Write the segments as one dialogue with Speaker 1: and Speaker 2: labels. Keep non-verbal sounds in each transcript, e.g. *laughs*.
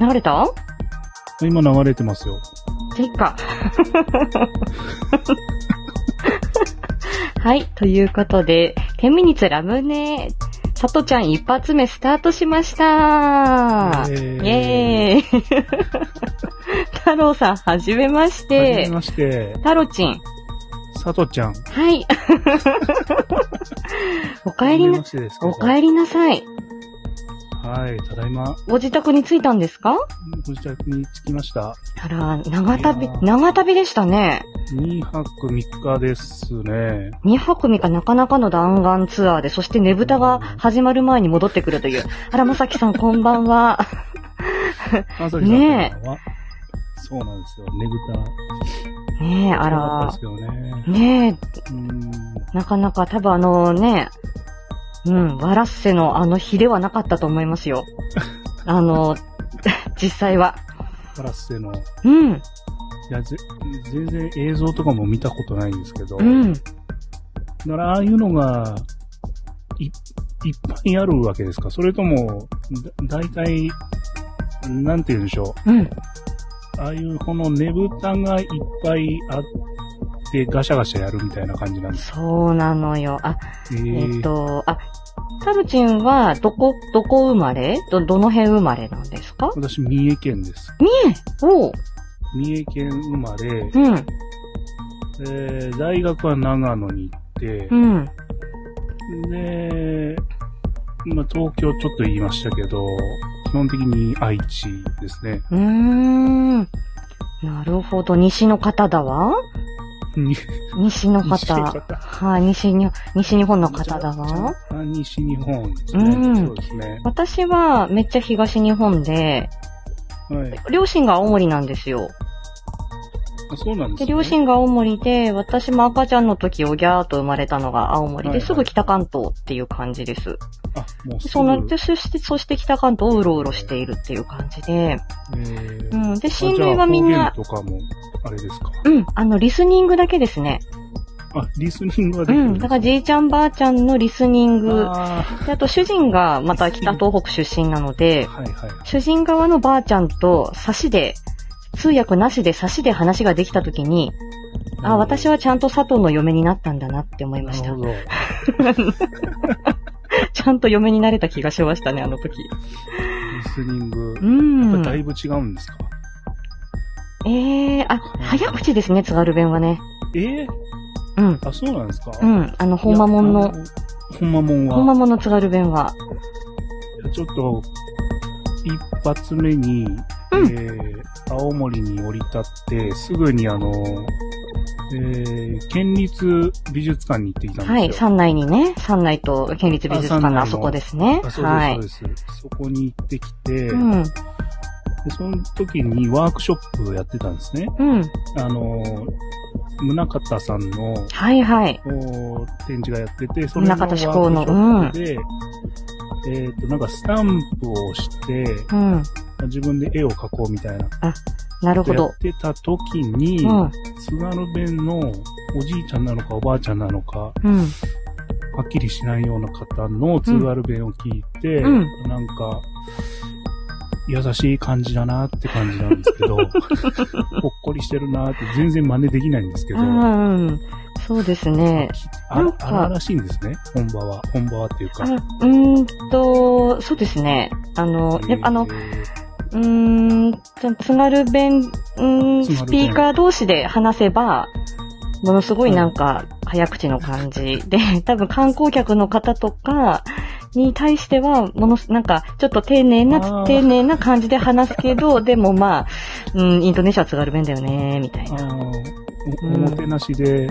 Speaker 1: 流れた
Speaker 2: 今流れてますよ。
Speaker 1: じゃ、いっか。 *laughs* はい、ということで、10ミニツラムネ、さとちゃん一発目スタートしました
Speaker 2: イエー
Speaker 1: イ
Speaker 2: イ
Speaker 1: エーイ *laughs* 太郎さん、はじめまし
Speaker 2: はじめ
Speaker 1: て。
Speaker 2: まして、
Speaker 1: 太郎ちん。
Speaker 2: さとちゃん。
Speaker 1: はい。 *laughs* お帰りな、お帰
Speaker 2: り。
Speaker 1: りなさい。
Speaker 2: はい、ただいま、
Speaker 1: ご自宅に着いたんですか
Speaker 2: ご自宅に着きまし
Speaker 1: あ
Speaker 2: た。
Speaker 1: ら、長
Speaker 2: い
Speaker 1: 旅
Speaker 2: や、ー
Speaker 1: 長旅でしたね。
Speaker 2: 2泊3日ですね。
Speaker 1: 2泊3日なかなかの弾丸ツアーで、そしてねぶたが始まる前に戻ってくるという。あら、まさきさんこんばんは。
Speaker 2: まさきさん
Speaker 1: ねえ
Speaker 2: こんばんはそうなんですよ。ねぶた。
Speaker 1: ねえ、あ
Speaker 2: そうだったんで
Speaker 1: ら
Speaker 2: す。けどね。
Speaker 1: ね
Speaker 2: うん。
Speaker 1: え、なかなか多分あのね、うん、ワラッセのあの日ではなかったと思います *laughs* よ。あの、 *laughs* 実際は。
Speaker 2: ガラスでの、い
Speaker 1: うん、
Speaker 2: や、ぜ全然映像とかも見たことないんですけど、
Speaker 1: うん。
Speaker 2: だから、ああいうのが、い、いっぱいあるわけですかそれとも、だ、大体、なんて言うんでしょ
Speaker 1: うん。
Speaker 2: う。ああいう、このねぶたがいっぱいあって、ガシャガシャやるみたいな感じなんです
Speaker 1: そうなのよ。あ、
Speaker 2: え
Speaker 1: えっ、
Speaker 2: ー、
Speaker 1: と、あ、タルチンは、どこ、どこ生まれど、どの辺生まれなんですか
Speaker 2: 私、三重県です。
Speaker 1: おう。
Speaker 2: 三重県生まれ、
Speaker 1: うん、
Speaker 2: えー、大学は長野に行って
Speaker 1: う、ん、
Speaker 2: で、まあ、東京ちょっと言いましたけど、基本的に愛知ですね。
Speaker 1: うーん。なるほど。西の方だわ。
Speaker 2: に
Speaker 1: 西の
Speaker 2: 西 *laughs* の
Speaker 1: 方。
Speaker 2: 方
Speaker 1: はい、西に、西日本の方だわ。
Speaker 2: あ西日本ですね。
Speaker 1: うん
Speaker 2: そうですね。
Speaker 1: 私は、めっちゃ東日本で、
Speaker 2: はい。
Speaker 1: 両親が青森なんですよ。
Speaker 2: あそうなんです
Speaker 1: で、
Speaker 2: ね。
Speaker 1: 両親が青森で、私も赤ちゃんの時、おぎゃーっと生まれたのが青森
Speaker 2: はい
Speaker 1: で、
Speaker 2: はい
Speaker 1: すぐ北関東っていう感じです。
Speaker 2: あ、もうすぐ
Speaker 1: その、で、そして、そして北関東をうろうろしているっていう感じで、
Speaker 2: えー
Speaker 1: うん。で、親
Speaker 2: あじゃあ
Speaker 1: 類はみんな、
Speaker 2: 方言とかも、あれですか。
Speaker 1: うん、あの、リスニングだけですね。
Speaker 2: あ、リスニングは
Speaker 1: う
Speaker 2: できる
Speaker 1: ん、だから
Speaker 2: じ
Speaker 1: じいちゃんばあちゃんのリスニング、
Speaker 2: あ
Speaker 1: であと主人がまた北東北出身なの
Speaker 2: ー
Speaker 1: で、
Speaker 2: はいはい。
Speaker 1: 主人側のばあちゃんと差しで、通訳なしで差しで話ができたときに、あ、私はちゃんと佐藤の嫁になったんだなって思いまし
Speaker 2: なる
Speaker 1: た
Speaker 2: ほ。ど。
Speaker 1: *laughs* ちゃんと嫁になれた気がしましたね、あの時。
Speaker 2: リスニング
Speaker 1: う。
Speaker 2: やっぱだい
Speaker 1: ん。
Speaker 2: ぶ違うんですか、
Speaker 1: えー、あ、早口ですね、津軽弁はね。
Speaker 2: えー
Speaker 1: うん。
Speaker 2: あ、そうなんですか
Speaker 1: うん。あの、ほんまもん
Speaker 2: いや
Speaker 1: の、。
Speaker 2: ほんまもんは。
Speaker 1: ほんまもんの津軽弁は。
Speaker 2: ちょっと、一発目に、
Speaker 1: うん
Speaker 2: えー青森に降り立って、すぐにあの、えー県立美術館に行ってきたん
Speaker 1: は
Speaker 2: で
Speaker 1: い、
Speaker 2: すよ。
Speaker 1: 山内にね、山内と県立美術館のあそこですね。
Speaker 2: あ
Speaker 1: は
Speaker 2: そう
Speaker 1: い
Speaker 2: で。す、そうです。そこに行ってきて、
Speaker 1: う
Speaker 2: で
Speaker 1: ん、
Speaker 2: その時にワークショップをやってたんですね。
Speaker 1: うん。
Speaker 2: あの、宗方さんの
Speaker 1: はいはい。
Speaker 2: お展示がやってて、そ
Speaker 1: 宗像志向の
Speaker 2: ワークショップで、えっ、と、なんかスタンプをして、
Speaker 1: うん。
Speaker 2: 自分で絵を描こうみたいな
Speaker 1: なるほ
Speaker 2: や
Speaker 1: ど
Speaker 2: っ。てた時に、
Speaker 1: うん、
Speaker 2: 津軽弁のおじいちゃんなのかおばあちゃんなのか、は
Speaker 1: うん。
Speaker 2: っきりしないような方の津軽弁を聞いて、
Speaker 1: うん
Speaker 2: なんか、優しい感じだなって感じなんです
Speaker 1: *laughs*
Speaker 2: けど、ほっこりしてるなって全然真似できないんですけど、あ
Speaker 1: うん。そうですね。
Speaker 2: あ
Speaker 1: なんか
Speaker 2: 荒々しいんですね、本場は。本場はっていうか。
Speaker 1: あうーんと、そうですね。あの、やっぱあの、う
Speaker 2: えー
Speaker 1: ーんと、津軽弁、うーん、
Speaker 2: 津軽弁
Speaker 1: スピーカー同士で話せば、ものすごいなんか、早口の感じで、 *laughs* 多分観光客の方とかに対しては、ものす、なんか、ちょっと丁寧
Speaker 2: あ
Speaker 1: な、
Speaker 2: ー
Speaker 1: 丁寧な感じで話すけど、でもまあ、うん、インドネシアは津軽弁だよね、みたい
Speaker 2: あ
Speaker 1: な。
Speaker 2: のお
Speaker 1: うん
Speaker 2: おもてなしで、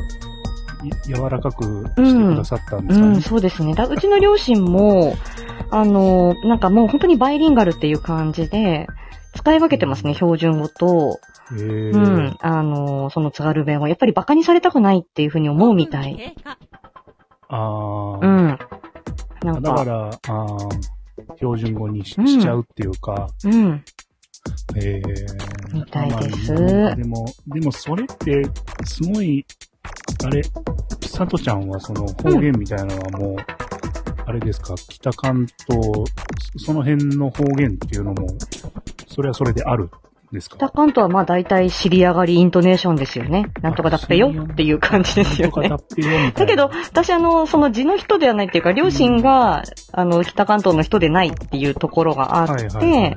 Speaker 2: い柔らかくしてくださったん
Speaker 1: う
Speaker 2: ですかね。
Speaker 1: ん、そうですね。だうちの両親も、あの、なんかもう本当にバイリンガルっていう感じで、使い分けてますね、標準語と、
Speaker 2: えー
Speaker 1: うん、あの、その津軽弁を。やっぱり馬鹿にされたくないっていうふうに思うみたい。
Speaker 2: ああ、
Speaker 1: うん。なん
Speaker 2: だか
Speaker 1: か、
Speaker 2: ら、あー標準語にし,、
Speaker 1: うん
Speaker 2: ちゃうっていうか、
Speaker 1: うん、
Speaker 2: えー、
Speaker 1: みたいです
Speaker 2: まあまあでも、でもそれって、すごい、あれ、さとちゃんはその方言みたいなのはもう、あれですか、北関東、そその辺の方言っていうのも、それはそれであるんですか
Speaker 1: 北関東はまあ大体知り上がりイントネーションですよね。なんとかだっぺよっていう感じですよ
Speaker 2: とか
Speaker 1: ね
Speaker 2: だ。ってよみた
Speaker 1: だ
Speaker 2: い
Speaker 1: け
Speaker 2: な
Speaker 1: ど、私あの、その地の人ではないっていうか、両親が、あの、北関東の人でないっていうところがあって、
Speaker 2: はいはいはい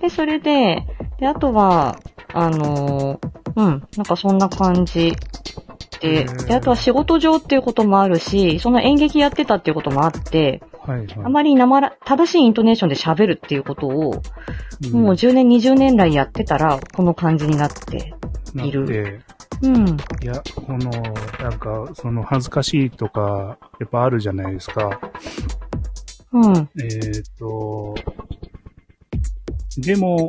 Speaker 1: で、それで、で、あとは、あのーうん、なんかそんな感じ
Speaker 2: へ
Speaker 1: で、
Speaker 2: ー
Speaker 1: で、あとは仕事上っていうこともあるし、その演劇やってたっていうこともあって、
Speaker 2: はいはい、
Speaker 1: あまりなまら、正しいイントネーションで喋るっていうことを、
Speaker 2: り
Speaker 1: もう10年、20年来やってたら、この感じになって、いる
Speaker 2: る。
Speaker 1: うん、
Speaker 2: いや、この、なんか、その、恥ずかしいとか、やっぱあるじゃないですか。
Speaker 1: うん、
Speaker 2: えっ、と、でも、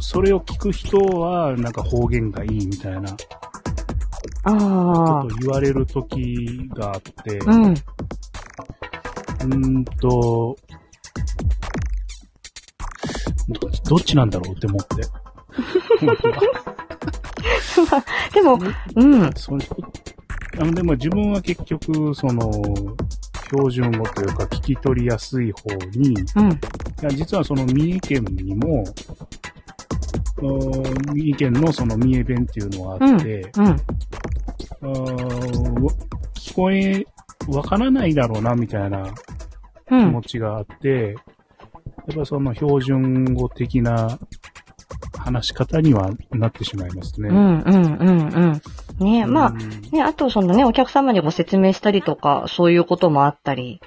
Speaker 2: それを聞く人は、なんか方言がいいみたいなこ
Speaker 1: ああ
Speaker 2: と、言われる時があって、う
Speaker 1: うん、
Speaker 2: ーんと、どどっちなんだろうって思って。 *laughs* 本当は
Speaker 1: でも、うん、
Speaker 2: そのあのでも自分は結局、その、標準語というか聞き取りやすい方に、い
Speaker 1: うん、
Speaker 2: や実はその三重県にも、うん三重県のその三重弁っていうのがあって、
Speaker 1: うん、
Speaker 2: うん聞こえ、わからないだろうなみたいな
Speaker 1: う
Speaker 2: 気
Speaker 1: ん
Speaker 2: 持。ちがあって、やっぱその標準語的な話し方にはなってしまいますね。
Speaker 1: うん、うん、うん、うん。ねまあ
Speaker 2: う、ん
Speaker 1: ね、あとそのね、お客様にご説明したりとか、そういうこともあったり、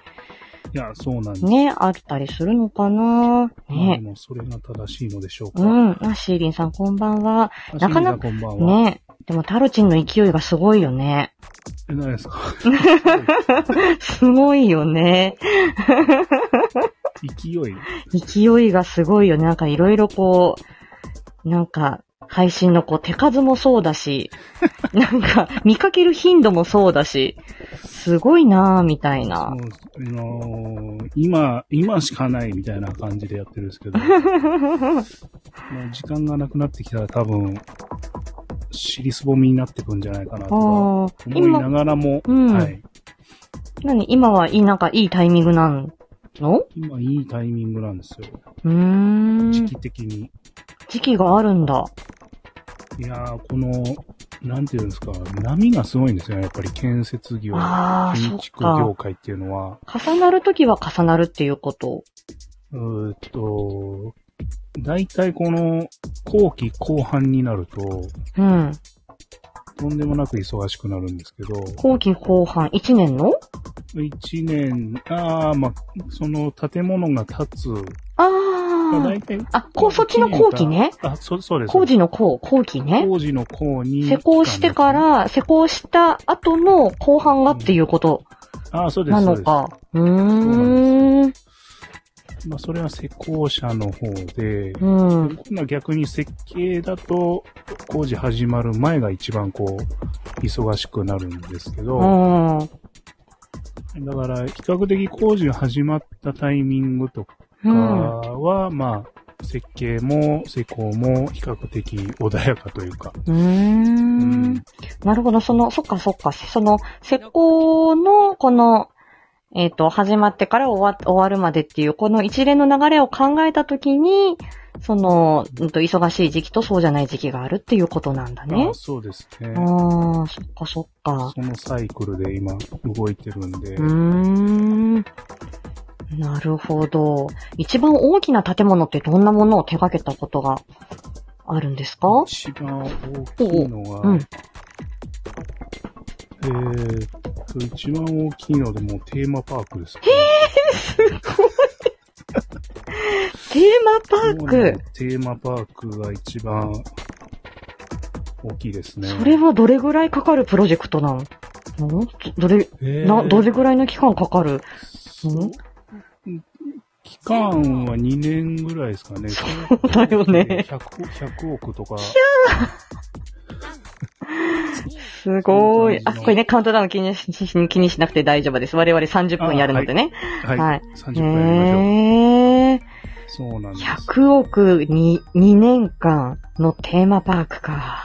Speaker 2: いや、そうなんです
Speaker 1: ね、あったりするのかな
Speaker 2: まあで
Speaker 1: ね。
Speaker 2: もそれが正しいのでしょうか。
Speaker 1: うん。あ、シーリンさんこんばんは。なかな
Speaker 2: か。こんばんは。
Speaker 1: ね。でも、タロチンの勢いがすごいよね。 *laughs*
Speaker 2: え、何ですか *laughs*
Speaker 1: すごいよね。
Speaker 2: 勢い。
Speaker 1: 勢いがすごいよね。なんかいろいろこう、なんか、配信のこう、手数もそうだし、 *laughs* なんか、見かける頻度もそうだし、すごいなぁ、みたいな
Speaker 2: も。うあのー今、今しかないみたいな感じでやってるんで
Speaker 1: *laughs*
Speaker 2: すけど、もう時間がなくなってきたら多分、尻すぼみになってくんじゃないかなとか思
Speaker 1: ああ、
Speaker 2: いな
Speaker 1: 今、
Speaker 2: がらも、
Speaker 1: うん
Speaker 2: はい。
Speaker 1: 何今はいい、なんかいいタイミングなんの
Speaker 2: 今いいタイミングなんですよ。
Speaker 1: うーん。
Speaker 2: 時期的に。
Speaker 1: 時期があるんだ。
Speaker 2: いやー、この、なんていうんですか、波がすごいんですよね。やっぱり建設業、
Speaker 1: ああ、そ
Speaker 2: 建
Speaker 1: っ
Speaker 2: 築業
Speaker 1: か。
Speaker 2: 界っていうのは。
Speaker 1: 重なるときは重なるっていうこと。
Speaker 2: うーっと、大体この後期後半になると、
Speaker 1: うん。
Speaker 2: とんでもなく忙しくなるんですけど、
Speaker 1: 後期後半、1年の
Speaker 2: 1年、ああ、まあ、その建物が建つ、まあ
Speaker 1: あ
Speaker 2: 大体、
Speaker 1: あ。あ、こう、そっちの
Speaker 2: 一年か
Speaker 1: 後期ね。。
Speaker 2: あ、そそうです。
Speaker 1: 工事の後、後期ね。
Speaker 2: 工事の後に。
Speaker 1: 施工してか。ら、施工した後の後半がっていうこと
Speaker 2: ああ、そうです。
Speaker 1: なの
Speaker 2: そう
Speaker 1: か。うーん。
Speaker 2: です。まあ、それは施工者の方で、
Speaker 1: うん。
Speaker 2: 今度逆に設計だと、工事始まる前が一番こう、忙しくなるんですけど、
Speaker 1: うん。うん
Speaker 2: だから、比較的工事が始まったタイミングとか。は、まあ、設計も施工も比較的穏やかというか。
Speaker 1: うーん。なるほど、その、そっかそっか、その、施工の、この、えっ、と、始まってから終わ、終わるまでっていう、この一連の流れを考えたときに、その、うんと、忙しい時期とそうじゃない時期があるっていうことなんだ
Speaker 2: ま
Speaker 1: ね
Speaker 2: あ、。そうです
Speaker 1: あ
Speaker 2: ね。
Speaker 1: あ、そっかそっか。
Speaker 2: そのサイクルで今動いてるんで
Speaker 1: うー、ん。なるほど。一番大きな建物ってどんなものを手掛けたことがあるんですか
Speaker 2: 一番大きいのは、
Speaker 1: うん。
Speaker 2: えーっと、一番大きいのでもうテーマパークです、ね。
Speaker 1: テーマパー
Speaker 2: そうな
Speaker 1: ク
Speaker 2: ん。ですテーマパークが一番大きいですね。
Speaker 1: それはどれぐらいかかるプロジェクトなのどどれ、
Speaker 2: え
Speaker 1: な、
Speaker 2: ー
Speaker 1: どれぐらいの期間かかる
Speaker 2: そう期間は2年ぐらいですかね。そう
Speaker 1: だよね
Speaker 2: 100。100億とか。
Speaker 1: すごい。
Speaker 2: そ
Speaker 1: あ、
Speaker 2: うそう
Speaker 1: これね、カウントダウン気にし気にしなくて大丈夫です。我々30分やるのでね。
Speaker 2: はい。
Speaker 1: はい
Speaker 2: 30分やりましょう。
Speaker 1: ねえ。
Speaker 2: そうなんです。
Speaker 1: 100億に2年間のテーマパークか。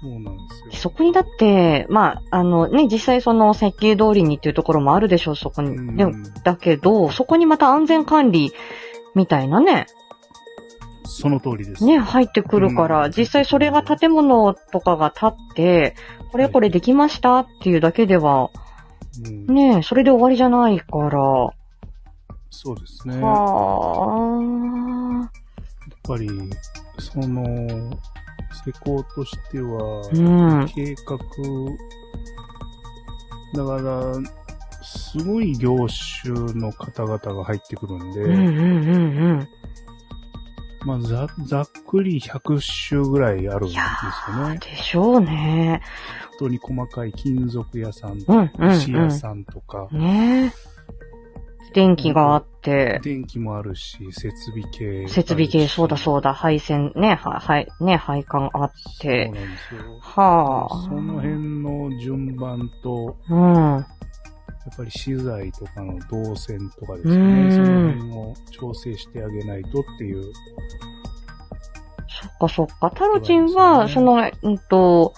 Speaker 2: そうなんですよ。
Speaker 1: そこにだって、まあ、あのね、実際その設計通りにっていうところもあるでしょう、そこ
Speaker 2: う
Speaker 1: に。
Speaker 2: ん
Speaker 1: でもだけど、そこにまた安全管理みたいなね。
Speaker 2: その通りです。
Speaker 1: ね、入ってくるから、
Speaker 2: うん
Speaker 1: 実際それが建物とかが建って、これこれできましたっていうだけでは、
Speaker 2: うん、
Speaker 1: ね、それで終わりじゃないから。は
Speaker 2: そうですね。やっ
Speaker 1: あ。
Speaker 2: ぱり、その、施工としては、
Speaker 1: うん。
Speaker 2: 計画、だから、すごい業種の方々が入ってくるんで、
Speaker 1: うんうんうんうん。
Speaker 2: まあざ、ざっくり100種ぐらいあるんですよね。
Speaker 1: でしょうね。
Speaker 2: 本当に細かい金属屋さんと
Speaker 1: う
Speaker 2: か、
Speaker 1: んうん
Speaker 2: 石屋
Speaker 1: う
Speaker 2: さんとか、
Speaker 1: ん。ね電気があって、
Speaker 2: 電気もあるし、設備系。
Speaker 1: 設備系、そうだそう
Speaker 2: だ。
Speaker 1: だ、配線ね、は、はい、ね、配管あっ
Speaker 2: そうなん
Speaker 1: て。
Speaker 2: ですよ。
Speaker 1: はあ。
Speaker 2: その辺の順番と、
Speaker 1: うん。
Speaker 2: やっぱり資材とかの動線とかです
Speaker 1: うーん
Speaker 2: ね、その辺を調整してあげないとっていう。
Speaker 1: そっかそっか。タロチンは、そ
Speaker 2: そう
Speaker 1: の、うんと、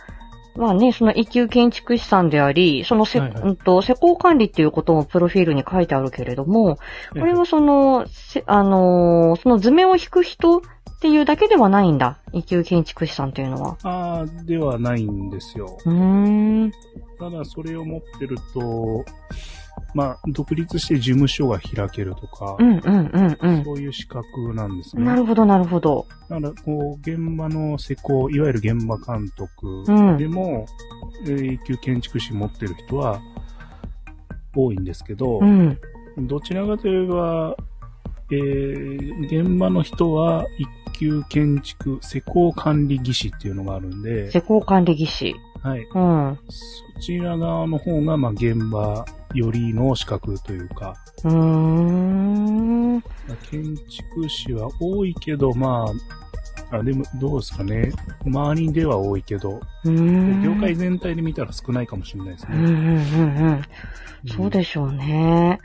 Speaker 1: まあね、その一級建築士さんであり、そのせ、
Speaker 2: はいはい
Speaker 1: うんと、施工管理っていうこともプロフィールに書いてあるけれども、これはその、せあのーその図面を引く人っていうだけではないんだ。一級建築士さんっていうのは。
Speaker 2: ああ、ではないんですよ。
Speaker 1: うーん。
Speaker 2: ただ、それを持ってると、まあ、独立して事務所が開けるとか
Speaker 1: う、んうんうんうん。
Speaker 2: そういう資格なんですね。
Speaker 1: な
Speaker 2: だ
Speaker 1: るほどなるほど。
Speaker 2: から、こう、現場の施工、いわゆる現場監督
Speaker 1: うん
Speaker 2: でも、えー一級建築士持ってる人は多いんですけど、
Speaker 1: うん。
Speaker 2: どちらかといえば、えー現場の人は一級建築施工管理技師っていうのがあるんで、
Speaker 1: 施工管理技師。
Speaker 2: はい。
Speaker 1: うん。う
Speaker 2: そちら側の方が、まあ、現場よりの資格というか、
Speaker 1: ーん。
Speaker 2: まあ建築士は多いけど、まあ、あ、でも、どうですかね。周りでは多いけど、
Speaker 1: うーん。
Speaker 2: 業界全体で見たら少ないかもしれないです
Speaker 1: うんうん
Speaker 2: ね。
Speaker 1: うんうん。そうでしょうね。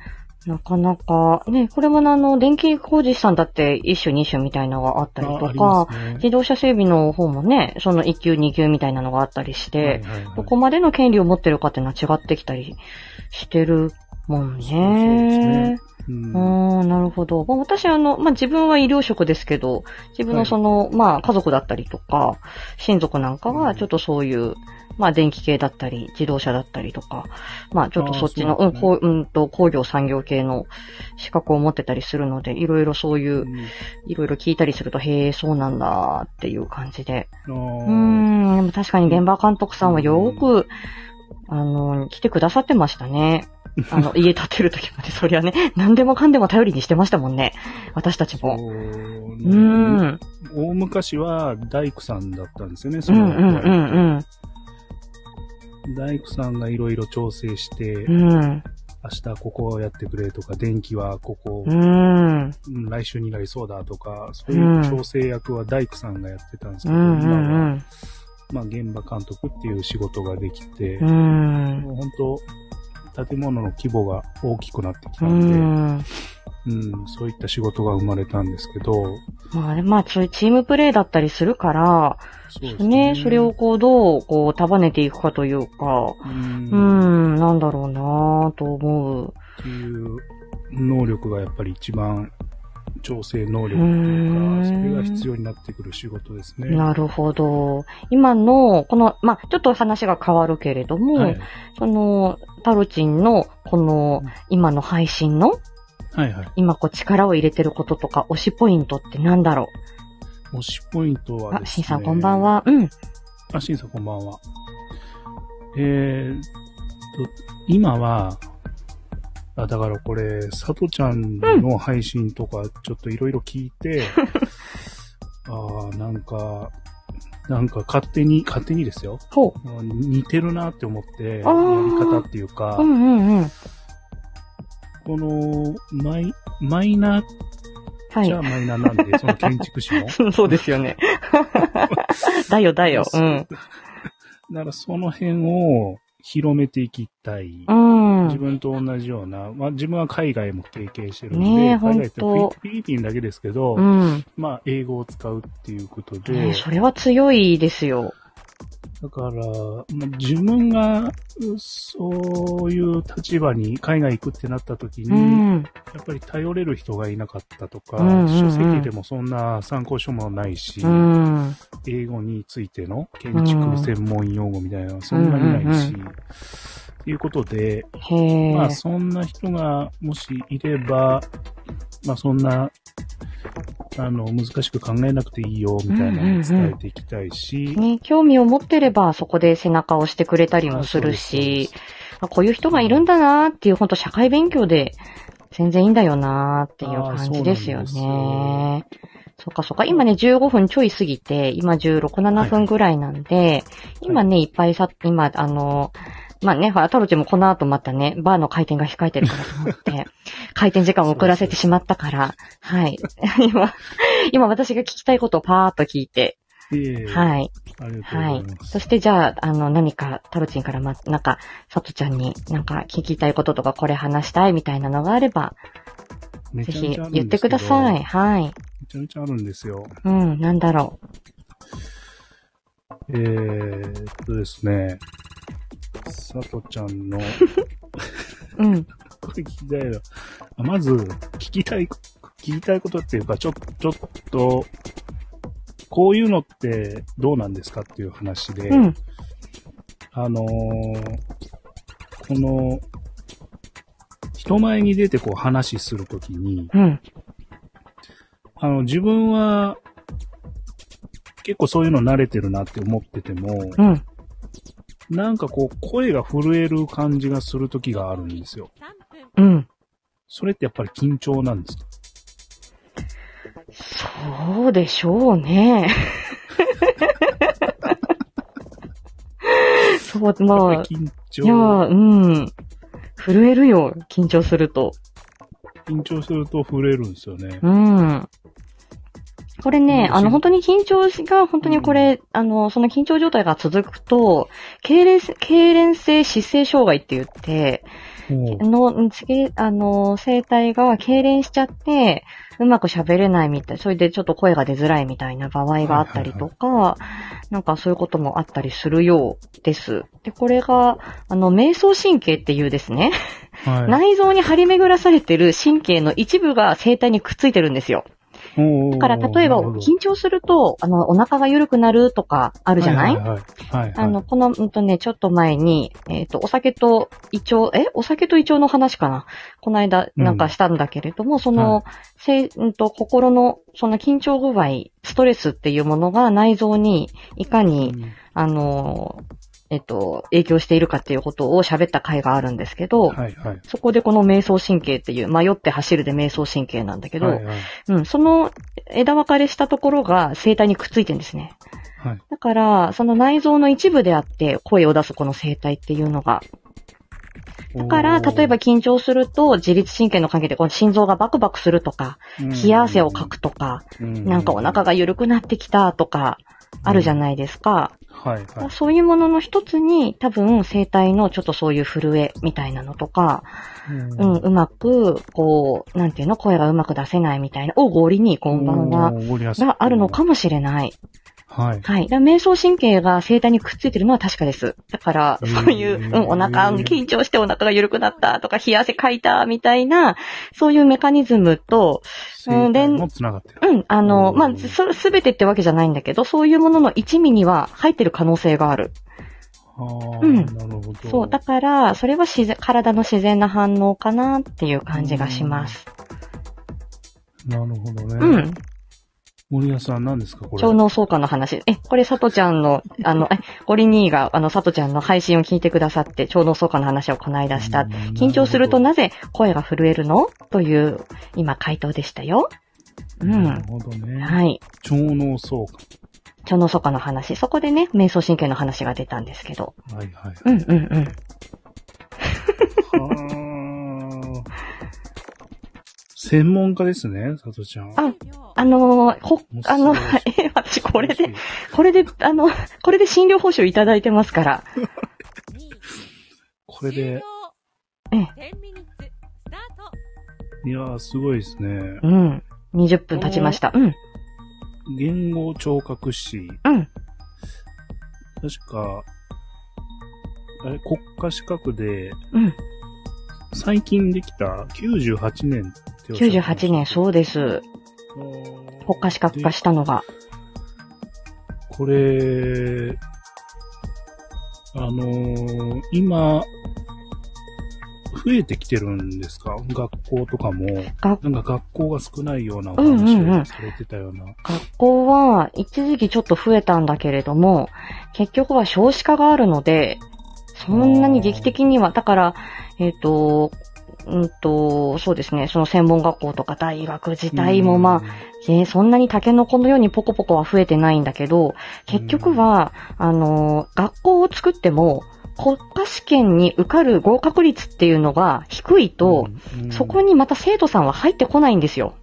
Speaker 1: なかなか、ね、これもねあの、電気工事士さんだって一種二種みたいなのがあったり
Speaker 2: あ
Speaker 1: と
Speaker 2: あり
Speaker 1: か
Speaker 2: ま、すね
Speaker 1: 自動車整備の方もね、その一級二級みたいなのがあったりして、
Speaker 2: はいはいはい
Speaker 1: どこまでの権利を持ってるかっていうのは違ってきたりしてるもん
Speaker 2: そうです
Speaker 1: ね
Speaker 2: ね。うん
Speaker 1: うーん、なるほど。まあ、私、あの、まあ、自分は医療職ですけど、自分のその、まあ、家族だったりとか、親族なんか
Speaker 2: う
Speaker 1: は、
Speaker 2: ん
Speaker 1: ちょっとそういう、まあ、電気系だったり、自動車だったりとか、まあ、ちょっと
Speaker 2: あー
Speaker 1: そっちの、、
Speaker 2: そううんです
Speaker 1: こ
Speaker 2: ね
Speaker 1: う、うんと、工業産業系の資格を持ってたりするので、いろいろそういう、
Speaker 2: うん
Speaker 1: いろいろ聞いたりすると、へえ、そうなんだ、っていう感じで。
Speaker 2: あ
Speaker 1: う
Speaker 2: ー
Speaker 1: ーん、でも確かに現場監督さんはよく、あの、来てくださってましたね。あの、家建てる時まで、そりゃね、何でもかんでも頼りにしてましたもんね。私たち
Speaker 2: そう
Speaker 1: も。
Speaker 2: ね
Speaker 1: うーん、
Speaker 2: 大昔は大工さんだったんですよね、
Speaker 1: う
Speaker 2: そ
Speaker 1: ん、う
Speaker 2: の
Speaker 1: ん、うん、
Speaker 2: 大工さんがいろいろ調整して、
Speaker 1: うん、
Speaker 2: 明日ここをやってくれとか、電気はここ
Speaker 1: う、ん、
Speaker 2: うん来週になりそうだとか、そういう調整役は大工さんがやってたんです
Speaker 1: う
Speaker 2: けど、
Speaker 1: ん、う
Speaker 2: 今は、
Speaker 1: ん、
Speaker 2: まあ、現場監督っていう仕事ができて、
Speaker 1: うん、うん、
Speaker 2: もう本当、建物の規模が大きくなってきた
Speaker 1: うん
Speaker 2: で、うん
Speaker 1: ん。
Speaker 2: そういった仕事が生まれたんですけど、
Speaker 1: まあね、まあ、そういうチームプレーだったりするから、
Speaker 2: そうです
Speaker 1: ね、それを、こう、どう、こう、束ねていくかというか、
Speaker 2: う、
Speaker 1: うんん、
Speaker 2: っ
Speaker 1: なんだろうなぁと思う。
Speaker 2: ていう能力がやっぱり一番、調整能力
Speaker 1: う
Speaker 2: というか、それ
Speaker 1: ー
Speaker 2: が
Speaker 1: ん
Speaker 2: 必要になってくる仕事ですね。
Speaker 1: なるほど。今の、この、まあ、ちょっと話が変わるけれども、
Speaker 2: はい
Speaker 1: その、タロチンの、この
Speaker 2: うん、
Speaker 1: 今の配信の、
Speaker 2: はいはい。
Speaker 1: 今こう力を入れてることとか、推しポイントってなんだろ
Speaker 2: 推しポイント
Speaker 1: う、
Speaker 2: は
Speaker 1: あ、
Speaker 2: です
Speaker 1: し
Speaker 2: ね。
Speaker 1: んさんこんばん。は。うん。
Speaker 2: あ、しんさんこんばんは。えーっと、今は、あ、だからこれ、さとちゃんの配信とか、ちょっといろいろ聞い
Speaker 1: *laughs*
Speaker 2: て、ああ、なんか、なんか勝手に、勝手にですよ。
Speaker 1: ほ
Speaker 2: 似てるなって思って、やり
Speaker 1: あー
Speaker 2: 方っていうか、
Speaker 1: う。うんうんうん。
Speaker 2: この、マイ、マイナーっ
Speaker 1: は
Speaker 2: ちゃ
Speaker 1: い。
Speaker 2: マイナーなんで、その建築士
Speaker 1: *laughs*
Speaker 2: も。 *laughs*
Speaker 1: そうですよね。だよだよ。う
Speaker 2: そう。
Speaker 1: ん。
Speaker 2: だからその辺を広めていきたい。
Speaker 1: うん。
Speaker 2: 自分と同じような、まあ自分は海外も経験してるんで、
Speaker 1: ねえ
Speaker 2: 海外ってフ
Speaker 1: ほん
Speaker 2: ィ
Speaker 1: と
Speaker 2: フィリピンだけですけど、
Speaker 1: うん。
Speaker 2: まあ英語を使うっていうことで、
Speaker 1: ねそれは強いですよ。
Speaker 2: だから、まあ自分がうそういう立場に海外行くってなった時に、
Speaker 1: うん。
Speaker 2: やっぱり頼れる人がいなかったとか、
Speaker 1: うんうんうん
Speaker 2: 書籍でもそんな参考書もないし、
Speaker 1: うん。
Speaker 2: 英語についての建築専門用語みたいなのはそんなにないし、
Speaker 1: うん
Speaker 2: っていうことで、
Speaker 1: へえ。
Speaker 2: まあそんな人がもしいれば、まあそんな、あの、難しく考えなくていいよ、みたいなのを伝えていきたいし、
Speaker 1: ね、興味を持ってれば、そこで背中を押してくれたりもするし、あこういう人がいるんだなーっていう、ほんと社会勉強で全然いいんだよなーっていう感じですよ
Speaker 2: あーそうな
Speaker 1: ね。そうかそうか。今ね、15分ちょい過ぎて、今16、7分ぐらいなんで、今ね、いっぱいさ、今、あの、まあね、ほら、タロチもこの後またね、バーの回転が控えてるからと思 *laughs* って、回転時間を遅らせてしまったから、はい。 *laughs* 今、今私が聞きたいことをパーっと聞いて、
Speaker 2: そうです、ええ
Speaker 1: はい。
Speaker 2: ありがとう
Speaker 1: は
Speaker 2: ござい
Speaker 1: い
Speaker 2: ま。す。
Speaker 1: そしてじゃあ、あの、何か、タロチンからま、なんか、サトちゃんになんか聞きたいこととか、これ話したいみたいなのがあれば、
Speaker 2: め
Speaker 1: ぜ
Speaker 2: ちゃめ
Speaker 1: ひ
Speaker 2: ちゃあるんですけど
Speaker 1: 言ってください。。はい。
Speaker 2: めちゃめちゃあるんですよ。
Speaker 1: うん、なんだろ
Speaker 2: えー、っとですね、さとちゃんの、
Speaker 1: う。うん。
Speaker 2: これ聞きたいな。あまず、聞きたい、聞きたいことっていうか、ちょ、ちょっと、こういうのってどうなんですかっていう話で、
Speaker 1: うん。
Speaker 2: あのーこの、人前に出てこう話するときに、
Speaker 1: うん。
Speaker 2: あの、自分は、結構そういうの慣れてるなって思ってても、
Speaker 1: うん。
Speaker 2: なんかこう、声が震える感じがするときがあるんですよ。
Speaker 1: うん。
Speaker 2: それってやっぱり緊張なんですか
Speaker 1: そうでしょうね。 *laughs* そう、
Speaker 2: や
Speaker 1: まあ
Speaker 2: っぱ、り緊
Speaker 1: いや、
Speaker 2: 張、
Speaker 1: うん。震えるよ、緊張すると。
Speaker 2: 緊張すると震えるんですよね。
Speaker 1: うん。これね、
Speaker 2: うん
Speaker 1: あの、本当に緊張が、本当にこれ、あの、その緊張状態が続くと、痙攣せ、痙攣性姿勢障害って言って、
Speaker 2: も
Speaker 1: の、んつけあの、声帯が痙攣しちゃって、うまく喋れないみたい、それでちょっと声が出づらいみたいな場合があったりとか、なんかそういうこともあったりするようです。で、これが、あの、瞑想神経っていうですね、
Speaker 2: う、はい。
Speaker 1: 内臓に張り巡らされてる神経の一部が声帯にくっついてるんですよ。
Speaker 2: だ
Speaker 1: だから、例えば、緊張すると、あの、お腹が緩くなるとかあるじゃない,、
Speaker 2: はいはいはいはいはい
Speaker 1: あの、この、うんとね、ちょっと前に、えっ、と、お酒と胃腸、えお酒と胃腸の話かなこの間、
Speaker 2: うん
Speaker 1: なんかしたんだけれども、その、せい、うんと、心の、その緊張具合、ストレスっていうものが内臓に、いかに、
Speaker 2: うん
Speaker 1: あの、えっ、と、影響しているかっていうことを喋った回があるんですけど、
Speaker 2: はいはい。
Speaker 1: そこでこの瞑想神経っていう、迷って走るで瞑想神経なんだけど、
Speaker 2: はいはい
Speaker 1: うん、その枝分かれしたところが声帯にくっついてるんですね。
Speaker 2: はい。
Speaker 1: だから、その内臓の一部であって声を出すこの声帯っていうのが。だから、例えば緊張すると自律神経の関係でこの心臓がバクバクするとか、冷や汗をかくとか、
Speaker 2: く、な
Speaker 1: なんかお腹
Speaker 2: が
Speaker 1: が緩くなってきたとか、あるじゃ
Speaker 2: い。
Speaker 1: ないですか。
Speaker 2: はいはい。
Speaker 1: そういうものの一つに多分声帯のちょっとそういう震えみたいなのとか、うん、うまく、こう、なんていうの、声がうまく出せないみたいな、を合理にこんばんは。があるのかもしれない。
Speaker 2: はい。
Speaker 1: はい。だから瞑想神経が声帯にくっついてるのは確かです。だから、
Speaker 2: へ
Speaker 1: そ
Speaker 2: ー
Speaker 1: ういう、うん、お腹、うん緊張してお腹が緩くなったとか、冷や汗かいたみたいな、そういうメカニズムと、うん
Speaker 2: 声
Speaker 1: で
Speaker 2: 帯も繋がってる。
Speaker 1: うん、あの、
Speaker 2: うん
Speaker 1: まあ、そすべてってわけじゃないんだけど、そういうものの一味には入ってる可能性がある。
Speaker 2: あー
Speaker 1: うん
Speaker 2: なるほど。
Speaker 1: そう。だから、それは自然、体の自然な反応かなっていう感じがします。
Speaker 2: なるほどね。
Speaker 1: うん。
Speaker 2: 森屋さん何ですかこれ。
Speaker 1: 超能相関の話。え、これ、さとちゃんの、あの、え、ゴリ兄が、あの、さとちゃんの配信を聞いてくださって、超能相関の話をこの間した。緊張すると
Speaker 2: な
Speaker 1: なぜ声が震えるのという、今、回答でしたよ。う
Speaker 2: なる
Speaker 1: ん。
Speaker 2: ほどね。
Speaker 1: はい。
Speaker 2: 超能相関。
Speaker 1: 超能相関の話。そこでね、瞑想神経の話が出たんですけど。
Speaker 2: はいはい。
Speaker 1: うんうんうん。
Speaker 2: はあ。 *laughs* 専門家ですね、さとちゃん。
Speaker 1: ああのー、ほ
Speaker 2: もう、す
Speaker 1: あの *laughs*
Speaker 2: ごい、
Speaker 1: え、私、これで、これで、あの、これで診療報酬いただいてますから。
Speaker 2: これで、
Speaker 1: え
Speaker 2: いやー、すごいですね
Speaker 1: う。ん。20分経ちました。うん。
Speaker 2: 言語聴覚士、
Speaker 1: うん。
Speaker 2: え確か、あれ、国家資格で、
Speaker 1: うん。
Speaker 2: 最近できた98年っておっしゃってました
Speaker 1: 98年、そうです。国家資格化したのが。
Speaker 2: これ、あのー今、増えてきてるんですか学校とかも。
Speaker 1: 学
Speaker 2: なんか学校が少ないようなお
Speaker 1: うんうんう
Speaker 2: 話
Speaker 1: ん
Speaker 2: をされてたような。
Speaker 1: 学校は一時期ちょっと増えたんだけれども、結局は少子化があるので、そんなに劇的には、だから、えっ、と、うんと、そうですね、その専門学校とか大学自体もまあ、えーそんなにタケノコのようにポコポコは増えてないんだけど、結局は、あのー、学校を作っても、国家試験に受かる合格率っていうのが低いと、
Speaker 2: うん、うん
Speaker 1: そこ、にまた生徒さんは入ってこないんですよ。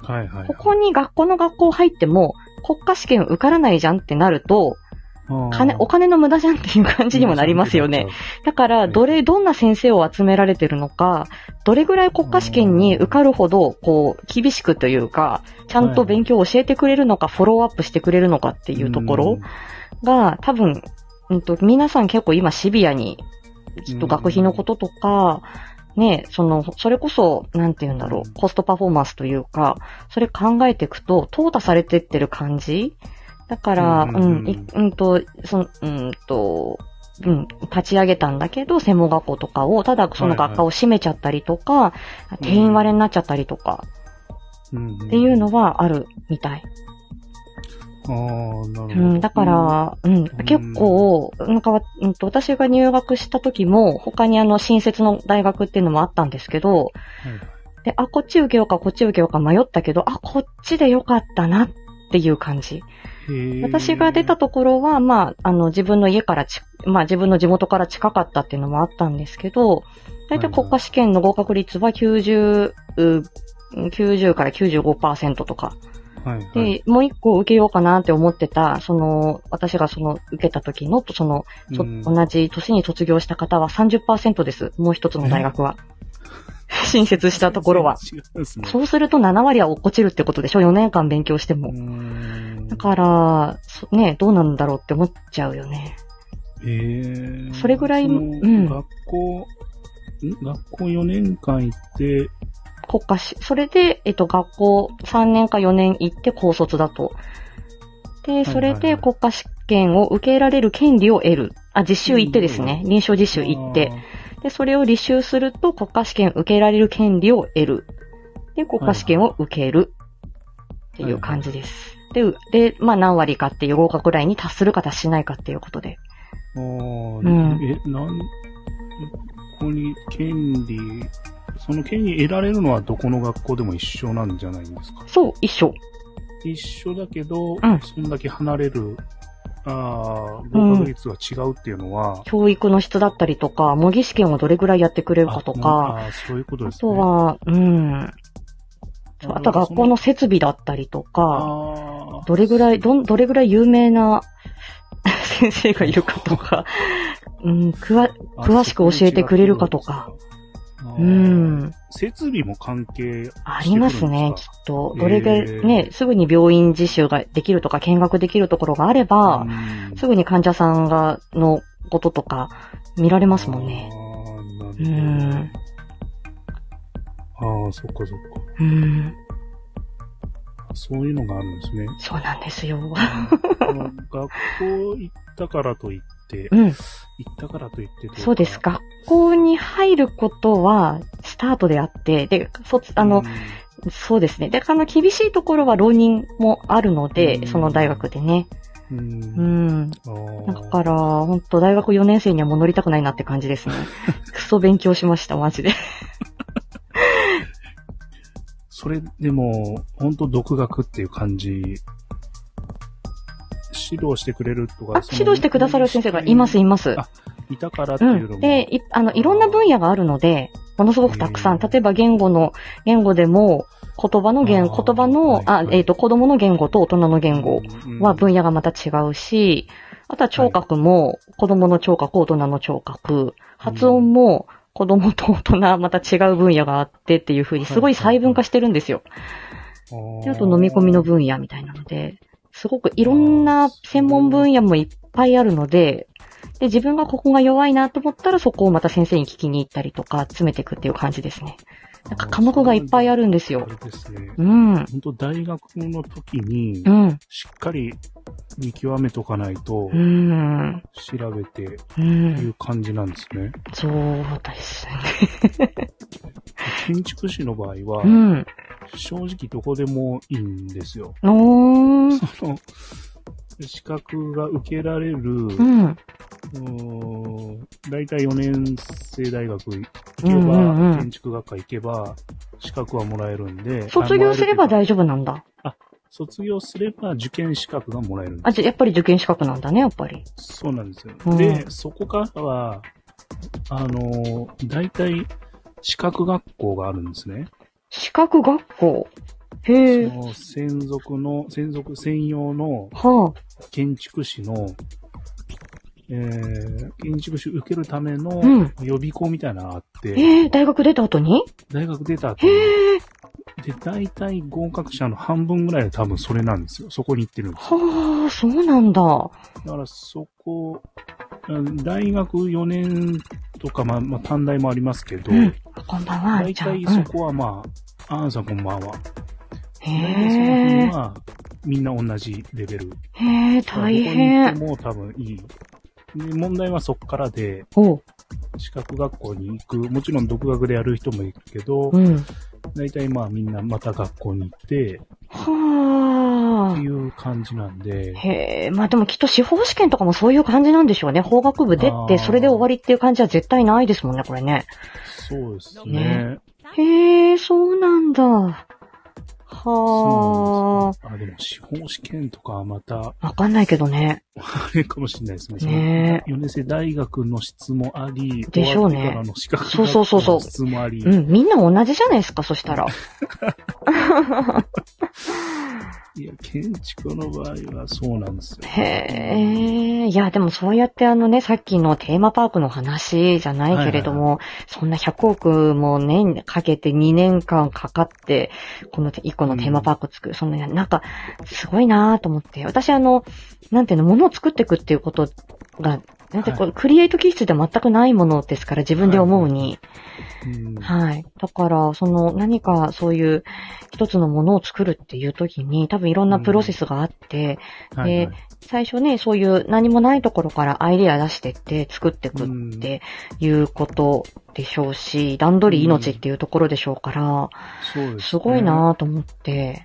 Speaker 2: はいはいはい、
Speaker 1: ここに学校の学校入っても、国家試験受からないじゃんってなると、
Speaker 2: あー
Speaker 1: 金、お金の無駄じゃんっていう感じにもなりますよね。。だから、どれ、どんな先生を集められてるのか、どれぐらい国家試験に受かるほど、こう、厳しくというか、ちゃんと勉強を教えてくれるのか、フォローアップしてくれるのかっていうところが、多分、うんと、皆さん結構今シビアに、きっと学費のこととか、ね、その、それこそ、なんて言うんだろう、コストパフォーマンスというか、それ考えていくと、淘汰されてってる感じだから、
Speaker 2: う
Speaker 1: うんん、
Speaker 2: うんうん
Speaker 1: いうんと、その、うんと、うん、立ち上げたんだけど、専門学校とかを、ただその学科を閉めちゃったりとか、定員割れになっちゃったりとか、
Speaker 2: っ
Speaker 1: っていうのはあるみたい。
Speaker 2: ああ、
Speaker 1: う
Speaker 2: なるほど。
Speaker 1: ん、だから、うん、結構、なんかわ、うんと、私が入学した時も、他にあの、新設の大学っていうのもあったんですけど、で、あ、こっち受けようか、こっち受けようか迷ったけど、あ、こっちでよかったなっていう感じ。
Speaker 2: へー
Speaker 1: 私が出たところは、まあ、あの、自分の家からち、まあ、自分の地元から近かったっていうのもあったんですけど、大体国家試験の合格率は90、う90から95%とか。
Speaker 2: はいはい、
Speaker 1: で、もう一個受けようかなって思ってた、その、私がその、受けた時の、その、そ
Speaker 2: うん
Speaker 1: 同じ年に卒業した方は30%です。もう一つの大学は。 *laughs* 新設したところ
Speaker 2: *laughs*
Speaker 1: は。。
Speaker 2: 違うんですね。
Speaker 1: そうすると7割は落っこちるってことでしょ ?4 年間勉強して
Speaker 2: う
Speaker 1: も。
Speaker 2: ーん
Speaker 1: だから、そね、どうなんだろうって思っちゃうよね。
Speaker 2: へー
Speaker 1: それぐらい
Speaker 2: その
Speaker 1: うん
Speaker 2: 学校、ん学校4年間行って、
Speaker 1: 国家し、それで、えっと、学校3年か4年行って高卒だと。で、それ
Speaker 2: はいはいは
Speaker 1: で
Speaker 2: い
Speaker 1: 国家試験を受けられる権利を得る。あ、実習行ってですね。臨床実習行って。で、それを履修すると国家試験受けられる権利を得る。で、国家試験を受ける。っていう感じです。で、うで、まあ何割かっていう合格ラインに達するか達しないかっていうことで。
Speaker 2: あーあー、
Speaker 1: うん
Speaker 2: え、なん、ここに権利、その権利得られるのはどこの学校でも一緒なんじゃないんですか
Speaker 1: そう、一緒。
Speaker 2: 一緒だけど、
Speaker 1: うん
Speaker 2: そんだけ離れる、ああ、合格率が違うっていうのは、
Speaker 1: 教育の質だったりとか、模擬試験をどれぐらいやってくれるかとか、
Speaker 2: あ、あそういうこと
Speaker 1: あ
Speaker 2: ですね。
Speaker 1: とは、うん。そうあとは学校の設備だったりとか、
Speaker 2: あー
Speaker 1: どれぐらい、どん、どれぐらい有名な *laughs* 先生がいるかとか、うん、くわ、詳しく教えてくれるかとか。
Speaker 2: あそういう違いがあるん
Speaker 1: ん。
Speaker 2: ですかあー設備も関係
Speaker 1: ありますね、きっ
Speaker 2: して
Speaker 1: と。どれぐら
Speaker 2: へー
Speaker 1: い、ね、すぐに病院実習ができるとか、見学できるところがあれ
Speaker 2: く
Speaker 1: ば
Speaker 2: るん、で
Speaker 1: す
Speaker 2: すか
Speaker 1: ぐに患者さんが、のこととか、見られますもんね。。
Speaker 2: あ
Speaker 1: う
Speaker 2: ーなる
Speaker 1: ん。
Speaker 2: ほどあー、そっかそっか。
Speaker 1: うん。
Speaker 2: そういうのがあるん
Speaker 1: *laughs*
Speaker 2: ですね。
Speaker 1: そうなんですよ。
Speaker 2: あの学校行ったからといって、
Speaker 1: うん。
Speaker 2: 行ったからといってといか
Speaker 1: そうです。。学校に入ることは、スタートであって、で、そ、あの
Speaker 2: うん、、
Speaker 1: そうですね。で、あの、厳しいところは浪人もあるの
Speaker 2: うん
Speaker 1: で、その大学でね。
Speaker 2: う。
Speaker 1: うんん。
Speaker 2: あー
Speaker 1: だから、ほんと、大学4年生には戻りたくないなって感じ
Speaker 2: *laughs*
Speaker 1: ですね。クソ勉強しました、マジで。
Speaker 2: それでも、本当独学っていう感じ、指導してくれるとか
Speaker 1: あ、、指導してくださる先生がいます、
Speaker 2: い
Speaker 1: います。
Speaker 2: たからって
Speaker 1: う
Speaker 2: いうのも。
Speaker 1: ん。で、い、あの、いろんな分野があるので、ものすごくたくさん。
Speaker 2: うん
Speaker 1: 例えば言語の、言語でも、言葉の言、
Speaker 2: あー
Speaker 1: 言葉の、
Speaker 2: はい
Speaker 1: あ、
Speaker 2: はい
Speaker 1: えっ、と、子供の言語と大人の言語
Speaker 2: うん
Speaker 1: は分野がまた違うし、あとは聴覚も、子供の聴覚、大人の聴覚、発音も、子供と大人、また違う分野があってっていう風に、すごい細分化してるんですよ。で、あと飲み込みの分野みたいなので、すごくいろんな専門分野もいっぱいあるので、で、自分がここが弱いなと思ったらそこをまた先生に聞きに行ったりとか、詰めていくっていう感じですね。なんか科目がいっぱいあるんです
Speaker 2: あ
Speaker 1: よ。
Speaker 2: れですね。
Speaker 1: うん。うん。
Speaker 2: 本当大学の時に、
Speaker 1: うん。
Speaker 2: しっかり見極めとかないと
Speaker 1: う、ん。
Speaker 2: 調べて
Speaker 1: う
Speaker 2: ってい
Speaker 1: ん。
Speaker 2: う感じなんですね。
Speaker 1: そうですね。
Speaker 2: 建築士の場合
Speaker 1: う
Speaker 2: は、
Speaker 1: ん。
Speaker 2: 正直どこでもいいんですよ。 *laughs*
Speaker 1: おー。
Speaker 2: その、資格が受けられる、
Speaker 1: うん。
Speaker 2: だいたい4年生大学行けば、
Speaker 1: うんうんうん
Speaker 2: 建築学科行けば、資格はもらえるんで、
Speaker 1: 卒業すれば
Speaker 2: あもらえる
Speaker 1: 大丈夫なんだ。
Speaker 2: というか卒業すれば受験資格がもらえるんで
Speaker 1: あ、じゃ、やっぱり受験資格なんだね、やっぱり。
Speaker 2: す。そうなんですよ。
Speaker 1: うん
Speaker 2: で、そこからは、あのー、だいたい資格学校があるんですね。
Speaker 1: 資格学校。へえ。
Speaker 2: その専属の、専属専用の
Speaker 1: は
Speaker 2: 建築士の、えー、建築士受けるための
Speaker 1: うん
Speaker 2: 予備校みたいなのがあって、
Speaker 1: あ。ええ、大学出た後に
Speaker 2: 大学出た後
Speaker 1: へ
Speaker 2: に、
Speaker 1: え。
Speaker 2: で、大体合格者の半分ぐらいは多分それなんですよ。そこに行ってるんですよ。
Speaker 1: はあ、そうなんだ。
Speaker 2: だからそこ、うん大学4年とか、まあ、まあ、短大もありますけど、
Speaker 1: うん。こんばんは。
Speaker 2: 大
Speaker 1: じゃあ、う
Speaker 2: 体そ
Speaker 1: ん。
Speaker 2: こはまあ、アンさんこんばんは。大体その
Speaker 1: へ
Speaker 2: 辺
Speaker 1: え。
Speaker 2: は、みんな同じレベル。
Speaker 1: へえ、大
Speaker 2: だから
Speaker 1: 変。
Speaker 2: どこに行っても多分いい。で問題はそこからで、
Speaker 1: おう。
Speaker 2: 資格学校に行く、もちろん独学でやる人もいるけど、
Speaker 1: うん。
Speaker 2: 大体まあみんなまた学校に行って、っ
Speaker 1: は
Speaker 2: て
Speaker 1: あ。
Speaker 2: いう感じなんで、
Speaker 1: へえ、まあでもきっと司法試験とかもそういう感じなんでしょうね。法学部出
Speaker 2: あ
Speaker 1: て、
Speaker 2: ー
Speaker 1: それで終わりっていう感じは絶対ないですもんね、これね。
Speaker 2: そうですね
Speaker 1: ね。へえ、そうなんだ。は
Speaker 2: そうなん
Speaker 1: あ
Speaker 2: で。すねあ、でも司法試験とかはまた、
Speaker 1: わかんないけどね。
Speaker 2: あれかもしれないですね。その
Speaker 1: ね
Speaker 2: 4年生大学の質もあり、
Speaker 1: でしょうね
Speaker 2: 終わってからの資格
Speaker 1: そうそうそうそう
Speaker 2: の質もあり、
Speaker 1: うん、みんな同じじゃないですか、そしたら。
Speaker 2: いや、建築の場合はそうなんですよ。
Speaker 1: へえ。いや、でもそうやってあのね、さっきのテーマパークの話じゃないけれども、そんな100億もね、かけて2年間かかって、この1個のテーマパーク作る。そんな、なんか、すごいなぁと思って。私あの、なんていうの、ものを作っていくっていうことが、なんてこう、クリエイト気質では全くないものですから、自分で思うに。
Speaker 2: うん
Speaker 1: はい。だから、その何かそういう一つのものを作るっていう時に多分いろんなプロセスがあって、
Speaker 2: はいはい
Speaker 1: 最初ね、そういう何もないところからアイデア出してって作っていくっていうことでしょうし、段取り命っていうところでしょうから、
Speaker 2: そうですね
Speaker 1: すごいなぁと思って、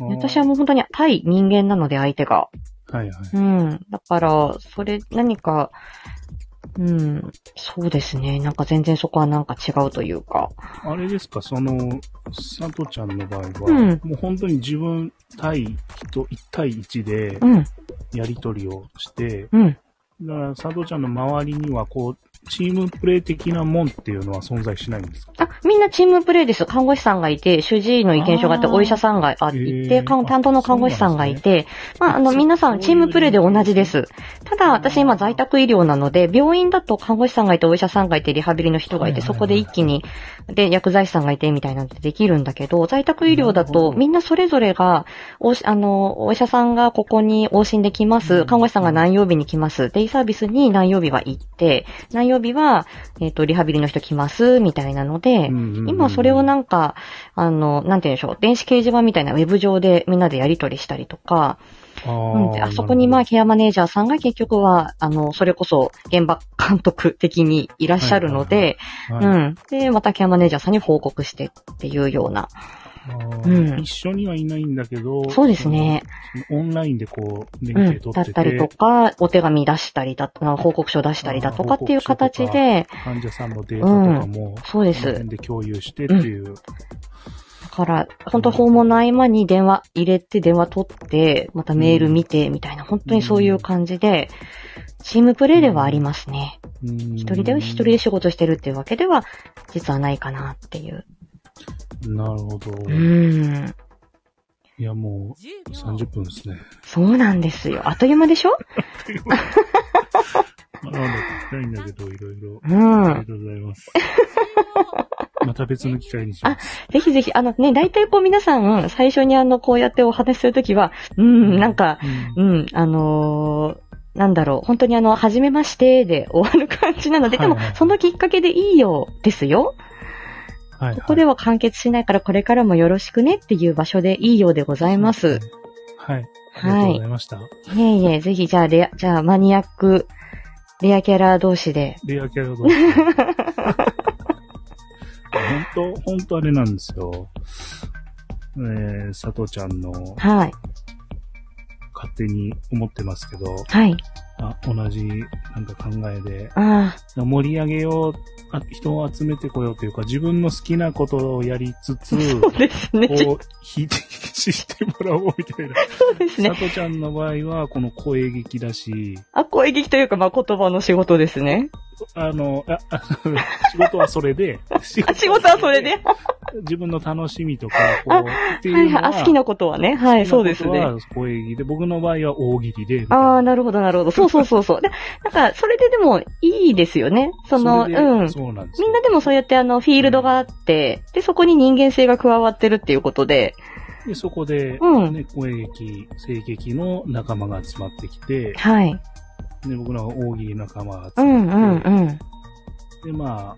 Speaker 2: あー
Speaker 1: 私はもう本当に対人間なので相手が。
Speaker 2: はいはい。
Speaker 1: うん。だから、それ、何か、うん、そうですね。なんか全然そこはなんか違うというか。
Speaker 2: あれですか、その、佐藤ちゃんの場合は、
Speaker 1: うん
Speaker 2: もう本当に自分対人、1対1で
Speaker 1: うん、
Speaker 2: やり取りをして、
Speaker 1: うん。
Speaker 2: だから佐藤ちゃんの周りには、こう、チームプレー的なもんっていうのは存在しないんですか
Speaker 1: あ、みんなチームプレイです。看護師さんがいて、主治医の意見書があって、
Speaker 2: あー
Speaker 1: お医者さんがあっ
Speaker 2: へー
Speaker 1: て、看担当の看護師さんがいて、まあ、あの、
Speaker 2: そ
Speaker 1: 皆さん
Speaker 2: そう
Speaker 1: チ
Speaker 2: い
Speaker 1: ー
Speaker 2: う
Speaker 1: ムプレイで同じです。ただ、私今在宅医療なので、病院だと看護師さんがいて、お医者さんがいて、リハビリの人がいて、
Speaker 2: はいはい
Speaker 1: そ
Speaker 2: はい
Speaker 1: こで一気に、で、薬剤師さんがいて、みたいなんてできるんだけど、在宅医療だ
Speaker 2: なるほ
Speaker 1: と、
Speaker 2: ど
Speaker 1: みんなそれぞれが、おし、あの、お医者さんがここに往診できま
Speaker 2: う
Speaker 1: す。
Speaker 2: ん
Speaker 1: 看護師さんが何曜日に来ます。デイサービスに何曜日は行って、何曜日は、えっ、と、リハビリの人来ます、みたいなので、今それをなんか、あの、なんて言うんでしょう、電子掲示板みたいなウェブ上でみんなでやり取りしたりとか、
Speaker 2: あ
Speaker 1: うん、
Speaker 2: ー
Speaker 1: であそこにまあ、ケアマネージャーさんが結局は、あの、それこそ現場監督的にいらっしゃるので、
Speaker 2: なるほどはい
Speaker 1: うん。で、またケアマネージャーさんに報告してっていうような。
Speaker 2: あー
Speaker 1: うん
Speaker 2: 一緒にはいないんだけど、
Speaker 1: そうですね。
Speaker 2: その。オンラインでこう、連
Speaker 1: うん。
Speaker 2: 携取
Speaker 1: だ
Speaker 2: っ
Speaker 1: ってた
Speaker 2: て、
Speaker 1: りとか、お手紙出したりだ、報告書出したりだとかっていう形で、
Speaker 2: 患者さんのデータとかも、
Speaker 1: そうで
Speaker 2: この
Speaker 1: す。
Speaker 2: 辺で共有してっていう。
Speaker 1: だから、本当訪問の合間に電話入れて、電話取って、またメール見て、みたいな、本当にそういう感じで、チームプレイではありますね。
Speaker 2: 一
Speaker 1: 一人で、一人で仕事してるっていうわけでは、実はないかなっていう。
Speaker 2: なるほど。
Speaker 1: うーん。
Speaker 2: いや、もう、30分ですね。
Speaker 1: そうなんですよ。あっという間でしょ
Speaker 2: まだまだ聞きたいんだけど、いろいろ。
Speaker 1: う
Speaker 2: ありが
Speaker 1: ん。
Speaker 2: とうございます。また別の機会にします。
Speaker 1: ぜひぜひ、あのね、大体こう皆さん、最初にあの、こうやってお話しするときは、うん、なんか、
Speaker 2: うん
Speaker 1: うん、あのーなんだろう、本当にあの、はじめましてで終わる感じなので、
Speaker 2: はいはい
Speaker 1: でも、そのきっかけでいいよ、ですよ。
Speaker 2: はい、はい。
Speaker 1: ここでは完結しないから、これからもよろしくねっていう場所でいいようでございます。。
Speaker 2: はい。ありが
Speaker 1: は
Speaker 2: とうご
Speaker 1: い
Speaker 2: ざ。いました。
Speaker 1: いえいえ、 *laughs* ぜひ、じゃあ、レア、じゃあ、マニアック、レアキャラ同士で。
Speaker 2: レアキャラがどうですか *laughs* 本当本当あれなんですよ。えー、佐藤ちゃんの
Speaker 1: はい。
Speaker 2: 勝手に思ってますけど、
Speaker 1: はい。
Speaker 2: あ同じなんか考えで、
Speaker 1: あ
Speaker 2: 盛り上げようあ、人を集めてこようというか、自分の好きなことをやりつつ
Speaker 1: あ、、そうですね。そ
Speaker 2: こう、引いて、してもらおうみたいな。
Speaker 1: うです
Speaker 2: さ
Speaker 1: ね。
Speaker 2: とちゃんの場合は、この声劇だし、
Speaker 1: あ、声劇というか、まあ、言葉の仕事ですね。
Speaker 2: あの、あ、あ仕事はそれで、仕
Speaker 1: あ、仕事はそれで。。
Speaker 2: 自分の楽しみとか、こう、って
Speaker 1: はいいう
Speaker 2: の
Speaker 1: はい。
Speaker 2: は、
Speaker 1: あ、好きなことはね。はい、そうですね。。
Speaker 2: 声劇で、僕の場合は大喜利で。
Speaker 1: ああ、
Speaker 2: る
Speaker 1: なるほど、なるほど。そうそうそうそう。で、なんか、それででもいいですよね。その、うん。
Speaker 2: そうなんですよ
Speaker 1: みんなでもそうやってあの、フィールドがあって、で、そこに人間性が加わってるっていうことで、
Speaker 2: で、そこで、
Speaker 1: うん
Speaker 2: ね、声劇、声劇の仲間が集まってきて、
Speaker 1: はい。
Speaker 2: で、僕らは大喜利仲間が
Speaker 1: う
Speaker 2: 集
Speaker 1: んう
Speaker 2: ま
Speaker 1: ん
Speaker 2: って、
Speaker 1: うん。
Speaker 2: で、まあ、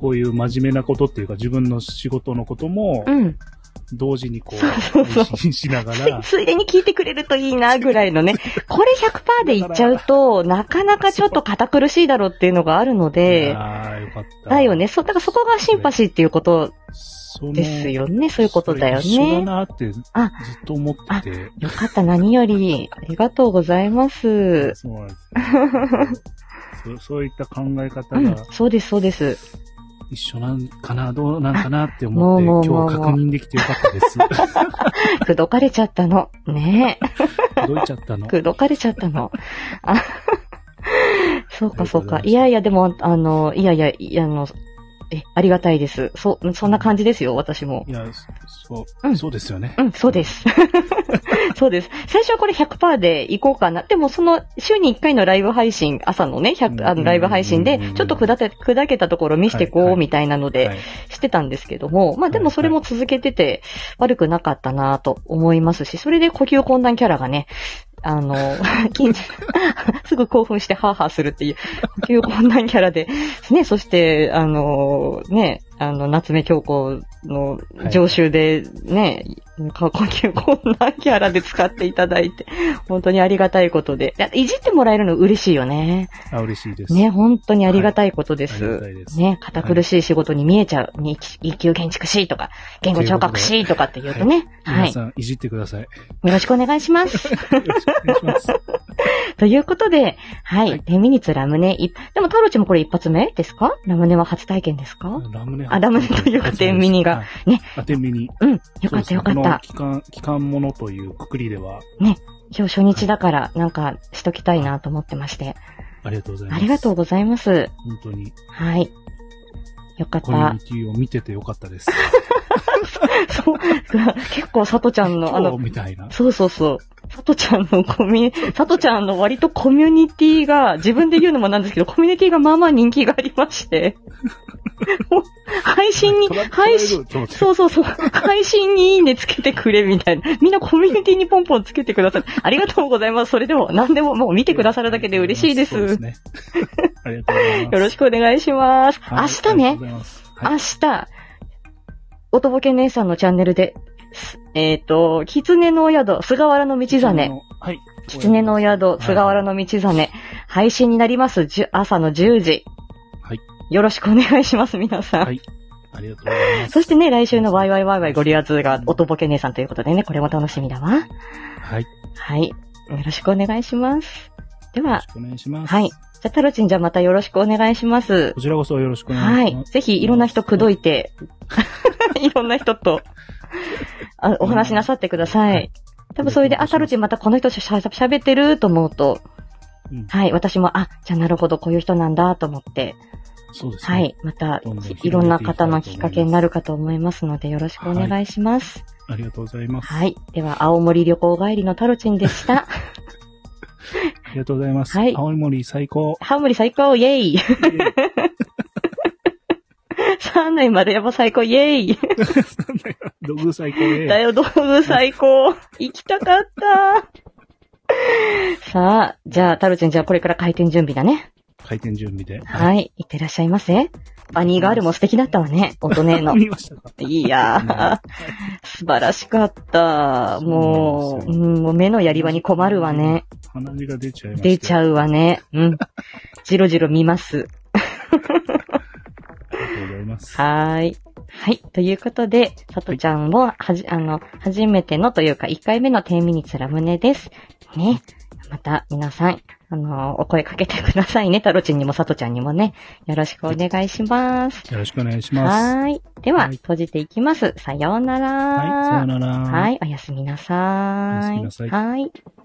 Speaker 2: こういう真面目なことっていうか、自分の仕事のことも、
Speaker 1: うん。
Speaker 2: 同時にこ
Speaker 1: そうそう
Speaker 2: う、
Speaker 1: そう
Speaker 2: 配信しなが
Speaker 1: つ *laughs*
Speaker 2: ら、
Speaker 1: ついでに聞いてくれるといいな、ぐらい
Speaker 2: *laughs*
Speaker 1: のね。これ100%でいっちゃうと、なかなかちょっと堅苦しいだろうっていうのがあるので、
Speaker 2: ああ、よかった。
Speaker 1: だよね。。そ、だからそこがシンパシーっていうこと
Speaker 2: その
Speaker 1: ですよね。そういうことだよ
Speaker 2: それ一緒だ
Speaker 1: ね。
Speaker 2: なって、ずっ
Speaker 1: あ
Speaker 2: と思ってて。
Speaker 1: よかった、何より。ありがとうございます。
Speaker 2: そうなん
Speaker 1: *laughs*
Speaker 2: ですよそ。そういった考え
Speaker 1: う
Speaker 2: 方
Speaker 1: ん
Speaker 2: が、
Speaker 1: そうです、そうです。
Speaker 2: 一緒なんかな、どうなんかなって思って、
Speaker 1: もうもうも
Speaker 2: 今
Speaker 1: う
Speaker 2: 日確認できてよかっ
Speaker 1: *laughs*
Speaker 2: たです。
Speaker 1: くどかれちゃったの。ね
Speaker 2: どいちゃったの
Speaker 1: え。。くどかれちゃったの。あそうか、そうか
Speaker 2: あ。りが
Speaker 1: いや
Speaker 2: とうございます
Speaker 1: いや、でも、あの、いやいや、いや、あの、え、ありがたいです。そ、そんな感じですよ、私も
Speaker 2: い。や、そそう、
Speaker 1: うん
Speaker 2: そうですよね
Speaker 1: う。ん、そうです。そうです。最初はこれ100%で行こうかな。でも、その、週に1回のライブ配信、朝のね、100、あの、ライブ配信
Speaker 2: うんうんうん
Speaker 1: で
Speaker 2: う、ん
Speaker 1: ちょっと砕け、砕けたところ見せて
Speaker 2: はい
Speaker 1: こ
Speaker 2: は
Speaker 1: う、
Speaker 2: い
Speaker 1: みたいなの
Speaker 2: は
Speaker 1: で、
Speaker 2: い、
Speaker 1: してたんですけども、まあでもそれも続けてて、悪くなかったなぁと思いますし、それで呼吸困難キャラがね、あの、 *laughs* 緊すぐ興奮してハーハーするっていう、呼吸困難キャラで、ね、そして、あの、ね、あの、夏目京子の常習で、ね、呼吸困難キャラで使っていただいて、本当にありがたいことで、いやいじってもらえるの嬉しいよね。
Speaker 2: あ、嬉しいです。
Speaker 1: ね、本当にありがたいことで
Speaker 2: あ
Speaker 1: す。
Speaker 2: りがたいです。
Speaker 1: ね、堅苦しい仕事に見えちゃう。に一級建築士とか、言語聴覚士とかって言うとね。は
Speaker 2: 皆
Speaker 1: い。よ
Speaker 2: さん、いじってく
Speaker 1: *laughs*
Speaker 2: ださい。よ
Speaker 1: ろしくお願いし
Speaker 2: *laughs*
Speaker 1: ます。
Speaker 2: ろしくお願いします。
Speaker 1: ということで、は
Speaker 2: はい
Speaker 1: い。デミニツラムネ一、でもタロチもこれ一発目ですかラムネは初体験ですか
Speaker 2: ラムネ。
Speaker 1: あラムネというか天ミニが
Speaker 2: はい
Speaker 1: ね。
Speaker 2: あ、天ミニ。
Speaker 1: うん。よかったよかっ
Speaker 2: そうで
Speaker 1: た。
Speaker 2: すねこの期間、期間ものというくくりでは、
Speaker 1: 今日初日だから、なんか、しときたいなと思ってまして。
Speaker 2: ありがとうございま
Speaker 1: あ
Speaker 2: す。
Speaker 1: りがとうございます。
Speaker 2: 本当に、
Speaker 1: はい。よかっ
Speaker 2: コミュ
Speaker 1: た
Speaker 2: ニ。ティを見ててよかったです。
Speaker 1: *laughs* そう。 *laughs* 結構、さとちゃんの、あ
Speaker 2: 今
Speaker 1: の
Speaker 2: 日、みたいな。
Speaker 1: そうそうそう。さとちゃんのコミュ、さとちゃんの割とコミュニティが、自分で言うのもなんですけど、コミュニティがまあまあ人気がありまして。配信に、
Speaker 2: トラック
Speaker 1: 配信、
Speaker 2: トライアルと
Speaker 1: そ
Speaker 2: 思って
Speaker 1: うそうそう、配信にいいねつけてくれみたいな。みんなコミュニティにポンポンつけてくださる。ありがとうございます。それでも何でももう見てくださるだけで嬉しいです。
Speaker 2: そう
Speaker 1: よ
Speaker 2: ね。ありがとうございます。
Speaker 1: ろしくお願いします。
Speaker 2: はい
Speaker 1: 明日ね、。
Speaker 2: あ
Speaker 1: 明日、おとぼけ姉さんのチャンネルで、すえっ、と、狐のお宿、菅原の道真。。
Speaker 2: はい。
Speaker 1: 狐のお宿、菅原
Speaker 2: の。
Speaker 1: の道真、配信になります。じゅ朝の10時。
Speaker 2: はい
Speaker 1: よろしくお願いします、皆さん。
Speaker 2: はいありがとうございます。
Speaker 1: そしてね、来週のワイワイワイワイゴリアズがおとぼけ姉さんということでね、これも楽しみだわ。
Speaker 2: はい。よ
Speaker 1: はい。よろしくお願いします。で
Speaker 2: ろ
Speaker 1: は
Speaker 2: し、くお願いします。
Speaker 1: はい。じゃあ、タロチンじゃあまたよろしくお願いします
Speaker 2: こ。ちらこそよろしくお願
Speaker 1: はい
Speaker 2: し
Speaker 1: い
Speaker 2: ま。す。
Speaker 1: ぜひ、いろんな人くどいて、いろんな人と、あお話しなさってくださ。
Speaker 2: はい
Speaker 1: 多分それで、あ、タロチンまたこの人しゃ喋ってると思うと、
Speaker 2: うん
Speaker 1: はい、私も、あ、じゃあなるほど、こういう人なんだと思って、
Speaker 2: そうですね。
Speaker 1: は。い、また
Speaker 2: どんどん広げていきたいと思いま、す
Speaker 1: いろんな方のきっかけになるかと思いますので、よろしくお願いします。
Speaker 2: ありがとうございます。
Speaker 1: はい、では、青森旅行帰りのタロチンで
Speaker 2: *laughs*
Speaker 1: した。
Speaker 2: ありがとうございます。
Speaker 1: はい
Speaker 2: 青森最高。
Speaker 1: ハムリ最高、イェ
Speaker 2: *laughs*
Speaker 1: イサーナイ丸山最高、イェイ
Speaker 2: 土偶最高
Speaker 1: だ
Speaker 2: で。 *laughs*
Speaker 1: よ、道具最高。行きたかった。さあ、じゃあ、タルちゃん、じゃあこれから開店準備だね。
Speaker 2: 回転準備で。
Speaker 1: はい。いってらっしゃいませ。バニーガールも素敵だったわ
Speaker 2: *laughs*。
Speaker 1: ね。音ねの
Speaker 2: 見ましたか
Speaker 1: いやー、素晴らしかった。もう、
Speaker 2: そうなんです
Speaker 1: うん、もう目のやり場に困るわね。
Speaker 2: 鼻血が出ちゃいました。
Speaker 1: 出ち
Speaker 2: う。
Speaker 1: ゃうわね。うん。じろじろ見ます。
Speaker 2: ありがとうございます。
Speaker 1: はーい。はい。ということで、さとちゃんも、はじ、あの、初めてのというか、1回目の低ミニツラムネです。ね。また、皆さん、あの、お声かけてくださいね。タロチンにもさとちゃんにもね。よろしくお願いします。
Speaker 2: よろしくお願いします。
Speaker 1: はーい。では、
Speaker 2: はい
Speaker 1: 閉じていきます。さようなら。
Speaker 2: はい、さよなら。
Speaker 1: はい、おやすみなさーい。
Speaker 2: おやすみなさい
Speaker 1: はーい。